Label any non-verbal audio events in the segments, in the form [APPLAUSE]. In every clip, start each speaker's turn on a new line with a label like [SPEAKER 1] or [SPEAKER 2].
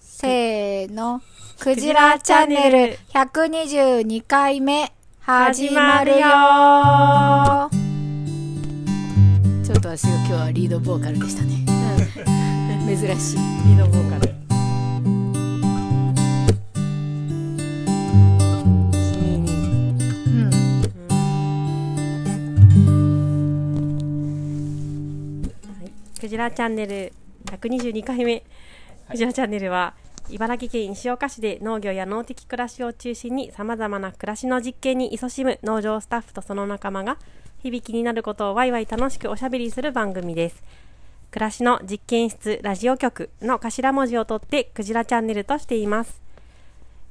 [SPEAKER 1] せーの。クジラチャンネル122回目、始まるよちょっと私が今日はリードボーカルでしたね。珍しい。
[SPEAKER 2] リードボーカル。君
[SPEAKER 1] うん。
[SPEAKER 2] はいクジラチャンネル122回目。クジラチャンネルは茨城県石岡市で農業や農的暮らしを中心にさまざまな暮らしの実験に勤しむ農場スタッフとその仲間が日々気になることをワイワイ楽しくおしゃべりする番組です。暮らしの実験室ラジオ局の頭文字を取ってクジラチャンネルとしています。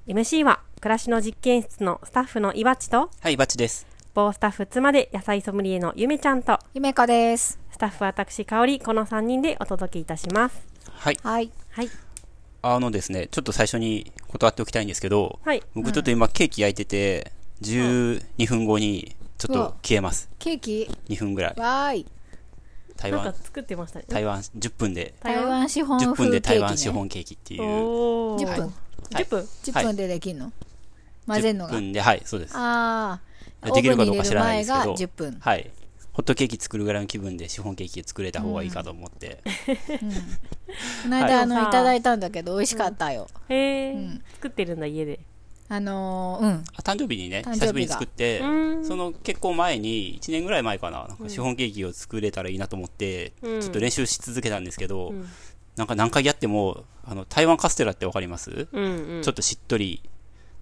[SPEAKER 2] MC は暮らしの実験室のスタッフのいばちと
[SPEAKER 3] はい、バッチです。
[SPEAKER 2] 某スタッフ妻で野菜ソムリエのゆめちゃんと
[SPEAKER 1] ゆめこです。
[SPEAKER 2] スタッフ私香織この3人でお届けいたします
[SPEAKER 3] はい、
[SPEAKER 1] はい。
[SPEAKER 2] はい
[SPEAKER 3] あのですね、ちょっと最初に断っておきたいんですけど、
[SPEAKER 2] はい
[SPEAKER 3] 僕ちょっと今ケーキ焼いてて、12分後にちょっ
[SPEAKER 1] うわ
[SPEAKER 3] と消えます。
[SPEAKER 1] ケーキ
[SPEAKER 3] 2分ぐらい。
[SPEAKER 1] わーい。
[SPEAKER 3] 台
[SPEAKER 2] なんか
[SPEAKER 3] 湾、
[SPEAKER 2] 作ってましたね
[SPEAKER 3] 台湾、10分で、
[SPEAKER 1] 台湾資本
[SPEAKER 3] 10
[SPEAKER 1] 風ケ
[SPEAKER 3] 分
[SPEAKER 1] ー
[SPEAKER 3] で
[SPEAKER 1] キ、ね。
[SPEAKER 3] 台湾シフォンケーキっていう。
[SPEAKER 2] おお
[SPEAKER 1] 10分。
[SPEAKER 3] はい
[SPEAKER 2] 10分
[SPEAKER 1] 10分でできんの、混ぜんのが
[SPEAKER 3] 10。分で、はい、そうです。
[SPEAKER 1] ああ。
[SPEAKER 3] できるかどうか知らないです
[SPEAKER 1] オ
[SPEAKER 3] け
[SPEAKER 1] ーブ
[SPEAKER 3] ど
[SPEAKER 1] ンに入れる前が10分。
[SPEAKER 3] はい。ホットケーキ作るぐらいの気分でシフォンケーキ作れた方がいいかと思って。
[SPEAKER 1] この間、
[SPEAKER 2] はい
[SPEAKER 1] あの、いただいたんだけど、美味しかったよ。
[SPEAKER 2] へえ、
[SPEAKER 1] うん
[SPEAKER 2] 作ってるんだ家で
[SPEAKER 1] あのー、うん。
[SPEAKER 3] あ誕生日にね、
[SPEAKER 1] 誕生日が
[SPEAKER 3] 久しぶりに作って
[SPEAKER 2] う、ん
[SPEAKER 3] その結構前に、1年ぐらい前かな、なんかシフォンケーキを作れたらいいなと思って、
[SPEAKER 2] うん
[SPEAKER 3] ちょっと練習し続けたんですけど、
[SPEAKER 2] うん
[SPEAKER 3] なんか何回やっても、あの、台湾カステラってわかります、
[SPEAKER 2] うんうん
[SPEAKER 3] ちょっとしっとり。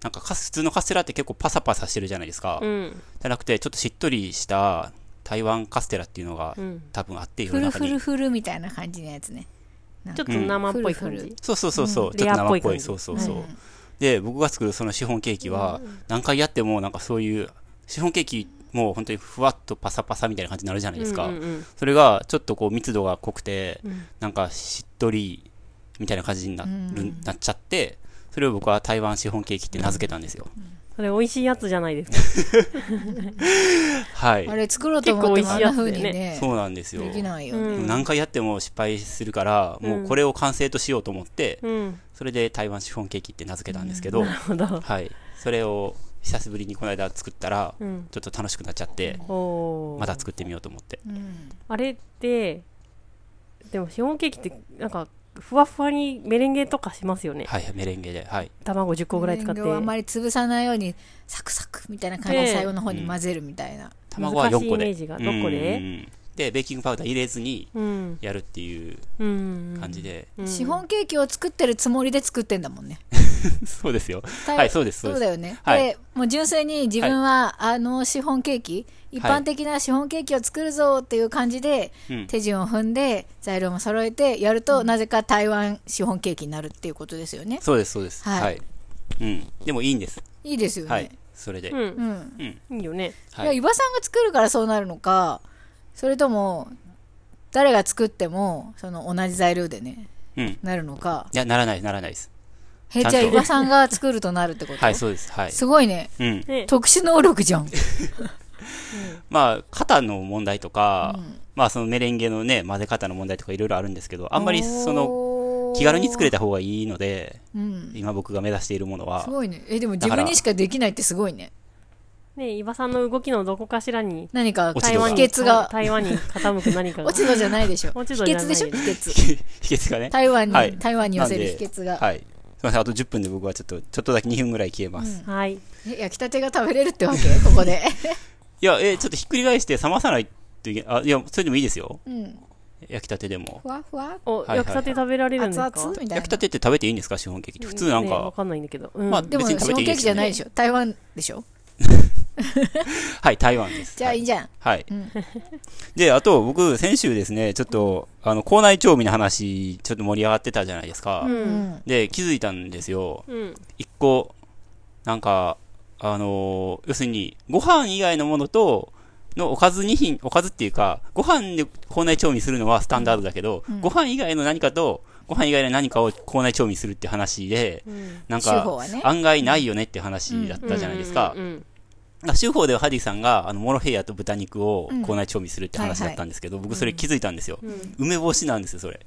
[SPEAKER 3] なんかカス、普通のカステラって結構パサパサしてるじゃないですか。
[SPEAKER 2] う
[SPEAKER 3] じ
[SPEAKER 2] ん
[SPEAKER 3] ゃなくて、ちょっとしっとりした台湾カステラっていうのが、
[SPEAKER 2] うん
[SPEAKER 3] 多分あって、世
[SPEAKER 1] ふ
[SPEAKER 3] の
[SPEAKER 1] る
[SPEAKER 3] 中
[SPEAKER 1] ふ
[SPEAKER 3] に
[SPEAKER 1] る。ふるみたいな感じのやつね。
[SPEAKER 2] ちょっと生っぽい感
[SPEAKER 1] ふるふ
[SPEAKER 2] じ
[SPEAKER 3] そうそうそうそう、
[SPEAKER 2] うん
[SPEAKER 3] ちょっと生っ
[SPEAKER 2] レアっぽ
[SPEAKER 3] ぽ
[SPEAKER 2] い
[SPEAKER 3] い。
[SPEAKER 2] 感
[SPEAKER 3] そ
[SPEAKER 2] じ
[SPEAKER 3] うそうそう。
[SPEAKER 1] うん
[SPEAKER 3] で、僕が作るそのシフォンケーキは、何回やってもなんかそういう、シフォンケーキも本当にふわっとパサパサみたいな感じになるじゃないですか。
[SPEAKER 2] うんうん
[SPEAKER 3] それがちょっとこう密度が濃くて、
[SPEAKER 2] うん
[SPEAKER 3] なんかしっとりみたいな感じにな,、
[SPEAKER 1] うん
[SPEAKER 3] なっちゃって、それを僕は台湾シフォンケーキって名付けたんですよ。
[SPEAKER 2] それ美味しいやつじゃないですか
[SPEAKER 3] はい
[SPEAKER 1] あ。れ作ろうと思ってもあんな風にね、
[SPEAKER 3] そうなんですよ。
[SPEAKER 1] できないよ
[SPEAKER 2] う
[SPEAKER 1] ね。
[SPEAKER 3] でも
[SPEAKER 2] ん
[SPEAKER 3] 何回やっても失敗するから、もうこれを完成としようと思って、
[SPEAKER 2] うん
[SPEAKER 3] それで台湾シフォンケーキって名付けたんですけど、
[SPEAKER 2] なるほど
[SPEAKER 3] はい。それを久しぶりにこの間作ったら、
[SPEAKER 2] うん
[SPEAKER 3] ちょっと楽しくなっちゃって、
[SPEAKER 2] おお
[SPEAKER 3] また作ってみようと思って。
[SPEAKER 1] うん
[SPEAKER 2] あれってでもシフォンケーキってなんかふわふわにメレンゲとかしますよね
[SPEAKER 3] はい、メレンゲで。はい。
[SPEAKER 2] 卵10個ぐらい使って
[SPEAKER 1] メレンゲをあまり潰さないようにサクサクみたいな感じで最後の方に混ぜるみたいな。
[SPEAKER 3] 卵は4個
[SPEAKER 2] 難
[SPEAKER 3] で。
[SPEAKER 2] しいイメージがどこで
[SPEAKER 3] うんうんうんで、ベーキングパウダー入れずに
[SPEAKER 2] うん
[SPEAKER 3] やるっていう
[SPEAKER 2] うん
[SPEAKER 3] 感じで。
[SPEAKER 2] うん
[SPEAKER 1] シフォンケーキを作ってるつもりで作ってんだもんね。
[SPEAKER 3] そうですよ。
[SPEAKER 1] 大
[SPEAKER 3] はい、そうです、そう
[SPEAKER 1] そう
[SPEAKER 3] です。
[SPEAKER 1] だよね。
[SPEAKER 3] はい
[SPEAKER 1] で、もう純粋に自分はあのシフォンケーキ、一般的なシフォンケーキを作るぞっていう感じで、
[SPEAKER 3] うん
[SPEAKER 1] 手順を踏んで材料も揃えてやると、なぜか台湾シフォンケーキになるっていうことですよね。
[SPEAKER 3] そうです、そうです。
[SPEAKER 1] はい
[SPEAKER 3] はい。うん。でもいいんです。
[SPEAKER 1] いいですよね。
[SPEAKER 3] はい。それで。
[SPEAKER 2] う
[SPEAKER 1] うんん。
[SPEAKER 2] いいよね
[SPEAKER 1] いや、
[SPEAKER 3] はい。
[SPEAKER 1] 伊庭さんが作るからそうなるのか、それとも、誰が作っても、その同じ材料でね、
[SPEAKER 3] うん。い
[SPEAKER 1] なるのか。
[SPEAKER 3] や、ならない、ならないです。
[SPEAKER 1] へ、
[SPEAKER 3] ちゃん
[SPEAKER 1] じ
[SPEAKER 3] と
[SPEAKER 1] ゃあ伊庭さんが作るとなるってこと、
[SPEAKER 3] はい、そうです。はい。
[SPEAKER 1] すごいね。
[SPEAKER 3] うん。
[SPEAKER 2] ね
[SPEAKER 1] 特殊能力じゃん。
[SPEAKER 3] まあ、肩の問題とか、まあ、そのメレンゲのね、混ぜ方の問題とかいろいろあるんですけど、あんまりそ
[SPEAKER 1] の
[SPEAKER 3] の、気軽に作れた方がいいので、
[SPEAKER 1] うん。
[SPEAKER 3] 今僕が目指しているものは
[SPEAKER 1] す、ごいね。え、でも自
[SPEAKER 3] だから
[SPEAKER 1] 分にしかできないってすごいね。
[SPEAKER 2] ね伊庭さんの動きのどこかしらに
[SPEAKER 1] 何か、
[SPEAKER 3] 落
[SPEAKER 2] 台
[SPEAKER 3] ち度が
[SPEAKER 2] 湾
[SPEAKER 1] 秘
[SPEAKER 2] に
[SPEAKER 1] 訣が。
[SPEAKER 2] 台湾に傾く何かが
[SPEAKER 1] [LAUGHS] 落ち度じゃないでしょ。秘
[SPEAKER 2] 落ち度じゃな
[SPEAKER 1] 訣
[SPEAKER 2] い
[SPEAKER 1] でしょ秘訣。
[SPEAKER 3] 秘訣がね。
[SPEAKER 1] 台湾に、
[SPEAKER 3] はい
[SPEAKER 1] 台湾に寄せる秘訣が、
[SPEAKER 3] はい。すみません、あと10分で僕はちょっと、ちょっとだけ2分ぐらい消えます。い
[SPEAKER 2] はい
[SPEAKER 1] え焼きたてが食べれるってわけここで。
[SPEAKER 3] や、えーちょっとひっくり返して冷まさないといけあ、いや、それでもいいですよ。
[SPEAKER 1] うん。
[SPEAKER 3] 焼きたてでも
[SPEAKER 1] ふ。わふわ。
[SPEAKER 2] お
[SPEAKER 3] はいはい
[SPEAKER 2] 焼きたて食べられるんです
[SPEAKER 1] 熱
[SPEAKER 2] か
[SPEAKER 1] 々みたいな。
[SPEAKER 3] 焼きたてって食べていいんですかシフォンケーキって。普通なん
[SPEAKER 2] ねわ
[SPEAKER 3] か、
[SPEAKER 2] かんないんだけどうん
[SPEAKER 3] まあ
[SPEAKER 1] でも、シ
[SPEAKER 3] 別
[SPEAKER 1] フ
[SPEAKER 3] に食
[SPEAKER 1] ォン
[SPEAKER 3] べていい
[SPEAKER 1] ケー
[SPEAKER 3] で
[SPEAKER 1] キ
[SPEAKER 3] す
[SPEAKER 1] じゃ
[SPEAKER 3] よね
[SPEAKER 1] ないでしょ。台湾でしょ。
[SPEAKER 3] はい、台湾で
[SPEAKER 1] [LAUGHS]
[SPEAKER 3] す。
[SPEAKER 1] じゃあ
[SPEAKER 3] はい
[SPEAKER 1] いじゃん。
[SPEAKER 3] はい。
[SPEAKER 1] うん
[SPEAKER 3] [LAUGHS] で、あと僕、先週ですね、ちょっと、あの、校内調味の話、ちょっと盛り上がってたじゃないですか。
[SPEAKER 2] うん
[SPEAKER 3] で、気づいたんですよ。
[SPEAKER 2] うん
[SPEAKER 3] 一個、なんか、あのー要するに、ご飯以外のものと、のおかず2品、おかずっていうか、ご飯で校内調味するのはスタンダードだけど、ご飯以外の何かと、ご飯以外の何かを校内調味するって話で、なん
[SPEAKER 1] 手法
[SPEAKER 3] か
[SPEAKER 1] はね、
[SPEAKER 3] 案外ないよねって話だったじゃないですか
[SPEAKER 2] う。ん
[SPEAKER 3] まあ手法ではハディさんが、あの、モロヘイヤと豚肉を校内調味するって話だったんですけど、僕それ気づいたんですよ。梅干しなんですよ、それ。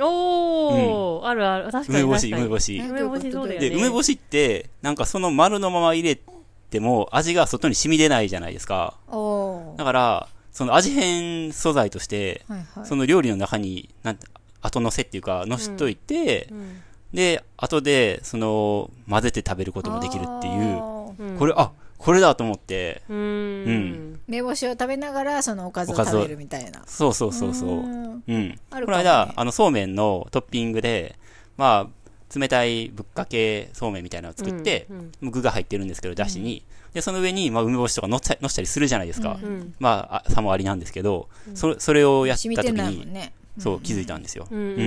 [SPEAKER 2] おおああるある。確か
[SPEAKER 3] 梅
[SPEAKER 2] に
[SPEAKER 3] 干
[SPEAKER 2] 確
[SPEAKER 3] し、
[SPEAKER 2] か
[SPEAKER 3] 梅
[SPEAKER 2] に。
[SPEAKER 3] 干し
[SPEAKER 1] え。
[SPEAKER 2] 梅干しそうだよ
[SPEAKER 3] で、
[SPEAKER 2] ね。
[SPEAKER 3] 梅干しって、なんかその丸のまま入れても味が外に染み出ないじゃないですか。
[SPEAKER 1] おー
[SPEAKER 3] だから、その味変素材として、
[SPEAKER 1] はいはい
[SPEAKER 3] その料理の中に、なんて、後乗せっていうか、乗しといて、
[SPEAKER 2] うん
[SPEAKER 3] で、後で、その、混ぜて食べることもできるっていう。
[SPEAKER 1] あー
[SPEAKER 2] うん
[SPEAKER 3] これ、あ、これだと思って、
[SPEAKER 2] うー。
[SPEAKER 3] うん
[SPEAKER 1] 梅干しを食べながらそのおかずを
[SPEAKER 3] おかずを
[SPEAKER 1] 食べるみたいな
[SPEAKER 3] そうそうそうそう。
[SPEAKER 1] ん
[SPEAKER 3] うん。
[SPEAKER 1] あるかもね
[SPEAKER 3] この間、あの、そうめんのトッピングで、まあ、冷たいぶっかけそうめんみたいなのを作って、
[SPEAKER 2] うんうん
[SPEAKER 3] 具が入ってるんですけど、だしに。で、その上に、まあ、梅干しとかのったのしたりするじゃないですか。
[SPEAKER 1] うん
[SPEAKER 3] まああ、さもありなんですけど、そそれをやった
[SPEAKER 1] 染みて
[SPEAKER 3] 時
[SPEAKER 1] ないもん
[SPEAKER 3] に、
[SPEAKER 1] ね
[SPEAKER 3] そう、気づいたんですよ。
[SPEAKER 2] うんうんう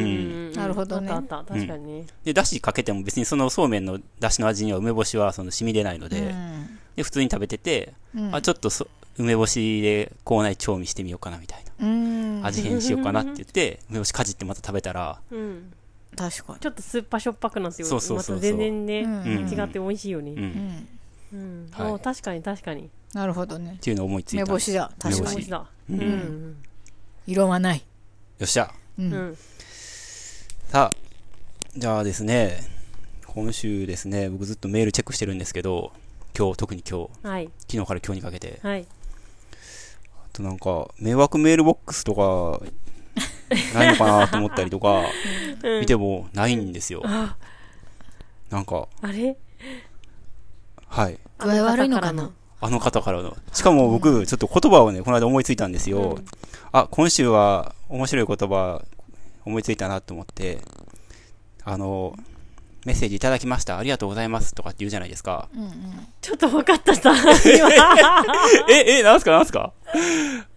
[SPEAKER 2] ん
[SPEAKER 1] なるほどね
[SPEAKER 2] あったあった確かにね。
[SPEAKER 3] で、だしかけても別にそのそうめんのだしの味には梅干しはその染み出ないので、
[SPEAKER 1] うん
[SPEAKER 3] で、普通に食べてて、
[SPEAKER 1] うん
[SPEAKER 3] あ、ちょっとそ梅干しで口内調味してみようかなみたいな。
[SPEAKER 1] うん
[SPEAKER 3] 味変しようかなって言って、梅干しかじってまた食べたら、
[SPEAKER 2] うん。
[SPEAKER 1] 確か
[SPEAKER 2] ちょっと酸っぱしょっぱくなってよ
[SPEAKER 3] そうそうそうそう
[SPEAKER 2] また全然ね、
[SPEAKER 1] うん
[SPEAKER 2] 違って美味しいよ
[SPEAKER 3] うん。
[SPEAKER 2] ね。
[SPEAKER 1] にうん
[SPEAKER 2] うん。
[SPEAKER 3] はい
[SPEAKER 2] お確かに確かに。
[SPEAKER 1] なるほどね
[SPEAKER 3] っていうのを思いついた。
[SPEAKER 1] 梅干しだ確
[SPEAKER 3] 梅
[SPEAKER 1] か
[SPEAKER 3] 干
[SPEAKER 1] に
[SPEAKER 3] し
[SPEAKER 2] だ。
[SPEAKER 3] う
[SPEAKER 2] うんん。
[SPEAKER 1] 色はない
[SPEAKER 3] よっしゃ。
[SPEAKER 1] う
[SPEAKER 2] うんん。
[SPEAKER 3] さあ、じゃあですね、今週ですね、僕ずっとメールチェックしてるんですけど、今日、特に今日、
[SPEAKER 2] はい。
[SPEAKER 3] 昨日から今日にかけて、
[SPEAKER 2] はい。
[SPEAKER 3] あとなんか、迷惑メールボックスと
[SPEAKER 2] [LAUGHS]
[SPEAKER 3] か、ないのかなと思ったりとか、
[SPEAKER 2] うん
[SPEAKER 3] 見てもないんですよ。なんか、
[SPEAKER 2] あれ
[SPEAKER 3] はい。
[SPEAKER 1] 具合悪いのか
[SPEAKER 2] あ
[SPEAKER 1] な
[SPEAKER 3] あの方からの。しかも僕、ちょっと言葉をね、この間思いついたんですよ。
[SPEAKER 2] うん
[SPEAKER 3] あ、今週は面白い言葉思いついたなと思って、あの、メッセージいただきました。ありがとうございます。とかって言うじゃないですか。
[SPEAKER 1] うんうん
[SPEAKER 2] ちょっと分か
[SPEAKER 3] [LAUGHS]
[SPEAKER 2] ったさ。今、
[SPEAKER 3] え、え、なんすかなんすか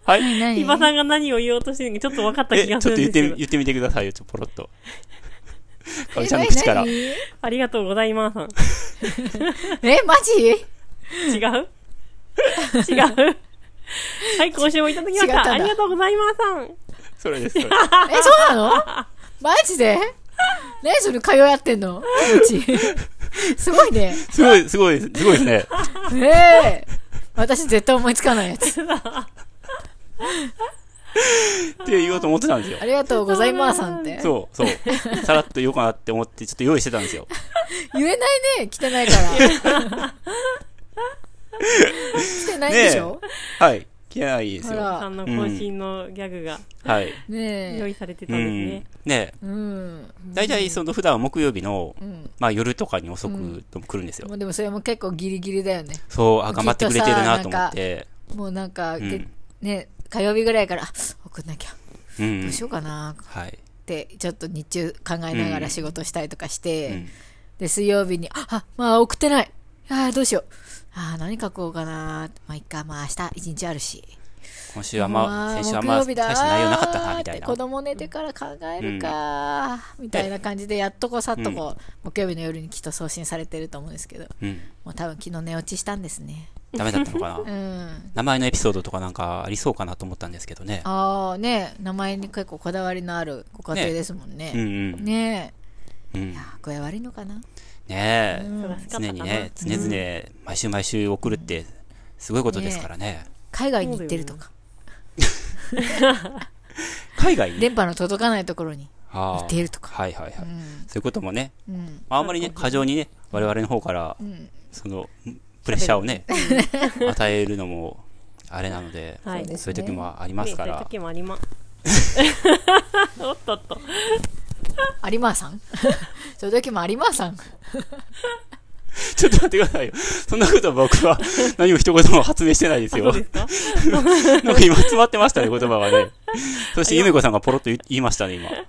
[SPEAKER 3] はい。
[SPEAKER 1] 何
[SPEAKER 2] 今さんが何を言おうとしてるのかちょっと分かった
[SPEAKER 3] え、
[SPEAKER 2] 気
[SPEAKER 3] ちょ
[SPEAKER 2] が
[SPEAKER 3] っ
[SPEAKER 2] する
[SPEAKER 3] と
[SPEAKER 2] ん
[SPEAKER 3] 言
[SPEAKER 2] で
[SPEAKER 3] っ
[SPEAKER 2] すけ
[SPEAKER 3] て
[SPEAKER 2] ど
[SPEAKER 3] み、言ってみてくださいよ。ちょっとポロ
[SPEAKER 2] [LAUGHS]
[SPEAKER 3] ッと。かおりちゃんの口から。
[SPEAKER 1] え何
[SPEAKER 2] ありがとうございます。
[SPEAKER 1] えマジ
[SPEAKER 3] [LAUGHS]
[SPEAKER 2] 違う違うはい、今週もいただきまし
[SPEAKER 1] 違っ
[SPEAKER 2] た。
[SPEAKER 1] たんだ
[SPEAKER 2] ありがとうございます。
[SPEAKER 3] それです。それ
[SPEAKER 1] え、そうなのマジで何それ通い合ってんのうち。すごいね。
[SPEAKER 3] すごい、すごい、すごいですね。
[SPEAKER 1] ねえ私絶対思いつかないやつ。
[SPEAKER 3] って言おうと思ってたんですよ
[SPEAKER 2] [LAUGHS]
[SPEAKER 1] あ。りがとうございますさんって。
[SPEAKER 3] そう、そう。さらっと言おうかなって思って、ちょっと用意してたんですよ。
[SPEAKER 1] 言えないね、来てないから。来てないんでしょ
[SPEAKER 3] はい。来ないです
[SPEAKER 1] ほ
[SPEAKER 3] よ。
[SPEAKER 2] さ
[SPEAKER 1] ら。
[SPEAKER 2] んの渾身のギャグが
[SPEAKER 3] はい。
[SPEAKER 1] ね
[SPEAKER 2] 用
[SPEAKER 1] え。
[SPEAKER 2] 意されてた
[SPEAKER 3] うん
[SPEAKER 2] です
[SPEAKER 3] ん
[SPEAKER 2] ね。。
[SPEAKER 3] ね
[SPEAKER 1] うん。
[SPEAKER 3] 大体その普段は木曜日の、
[SPEAKER 1] うん。
[SPEAKER 3] まあ夜とかに遅くとも来るんですよ。
[SPEAKER 1] もうでもそれも結構ギリギリだよね。
[SPEAKER 3] そう、あ、
[SPEAKER 1] きっと
[SPEAKER 3] 頑
[SPEAKER 1] さ
[SPEAKER 3] 張ってくれてるなと思って。
[SPEAKER 1] もうなんか、
[SPEAKER 3] うん
[SPEAKER 1] げね、火曜日ぐらいから、あ送んなきゃ。
[SPEAKER 3] う
[SPEAKER 1] ど
[SPEAKER 3] ん
[SPEAKER 1] うし。ようかな
[SPEAKER 3] はい。
[SPEAKER 1] って、ちょっと日中考えながら仕事したりとかして、
[SPEAKER 3] うん
[SPEAKER 1] で、水曜日に、あ、あまあ送ってない。あーどうしよう。あー何書こうかな。まあ、いっか、まあ、明日一日あるし。
[SPEAKER 3] 今週はあんま、
[SPEAKER 1] うわー
[SPEAKER 3] 先週はあんま、
[SPEAKER 1] 木曜日だー
[SPEAKER 3] 大した内容なかったな、みたい
[SPEAKER 1] って
[SPEAKER 3] な
[SPEAKER 1] 子。供寝てから考えるか、みたいな感じで、やっとこう、さっとこう、木曜日の夜にきっと送信されてると思うんですけど、
[SPEAKER 3] うん。
[SPEAKER 1] もう多分昨日寝落ちしたんですね。
[SPEAKER 3] ダメだったのか
[SPEAKER 1] [LAUGHS] う
[SPEAKER 3] な。
[SPEAKER 1] ん。
[SPEAKER 3] 名前のエピソードとかなんかありそうかなと思ったんですけどね。
[SPEAKER 1] ああ、ね名前に結構こだわりのあるご家庭ですもんね。
[SPEAKER 3] うん
[SPEAKER 1] ね
[SPEAKER 3] うん。うん。
[SPEAKER 1] え。い
[SPEAKER 3] ね
[SPEAKER 1] やー、具合悪いのかな。
[SPEAKER 3] え。
[SPEAKER 2] 忙しかったか
[SPEAKER 3] 常
[SPEAKER 2] な
[SPEAKER 3] にね、常々、毎週毎週送るって、すごいことですからね。
[SPEAKER 1] 海外に行ってるとか、
[SPEAKER 3] 海外に
[SPEAKER 1] 電波の届かないところに
[SPEAKER 3] 行
[SPEAKER 1] 行っているとか。
[SPEAKER 3] はいはいはい。
[SPEAKER 1] うん。
[SPEAKER 3] そういうこともね、
[SPEAKER 1] うん。
[SPEAKER 3] まああんまりね、過剰にね、我々の方から
[SPEAKER 1] う、ん。
[SPEAKER 3] その、プレッシャーをね、与えるのも、あれなので、
[SPEAKER 2] はい。
[SPEAKER 1] そうです
[SPEAKER 3] そういう時もあります
[SPEAKER 2] そ
[SPEAKER 3] か
[SPEAKER 2] ういう
[SPEAKER 3] ら、
[SPEAKER 2] 時もあります。
[SPEAKER 3] [LAUGHS]
[SPEAKER 2] おっとっと。
[SPEAKER 1] 有馬さん [LAUGHS] そういう時も有馬さん。
[SPEAKER 3] ちょっと待ってくださいよ。そんなこと僕は、何も一言も発明してないです
[SPEAKER 2] ど
[SPEAKER 3] よ
[SPEAKER 2] うで。すか
[SPEAKER 3] なんか今詰まってましたね、言葉がね。そして、ゆめこさんがポロッと言い言いましたね、今。ね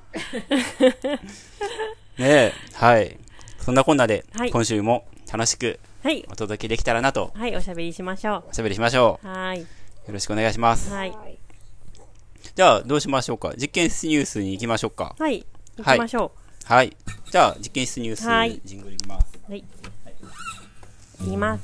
[SPEAKER 3] え、はい。そんなこんなで
[SPEAKER 2] は、い
[SPEAKER 3] 今週も楽しく
[SPEAKER 2] はい。
[SPEAKER 3] お届けできたらなと、
[SPEAKER 2] はい、おしゃべりしましょ
[SPEAKER 3] おしゃべりしましょ
[SPEAKER 2] う。はい。
[SPEAKER 3] う。よろしくお願いします。
[SPEAKER 2] はい。
[SPEAKER 3] じゃあ、どうしましょうか。実験室ニュースに行きましょうか。
[SPEAKER 2] はい。行きましょ
[SPEAKER 3] はい。じゃあ、実験室ニュース、
[SPEAKER 2] はい
[SPEAKER 3] ジングルいきます。
[SPEAKER 2] う。はい。いきます。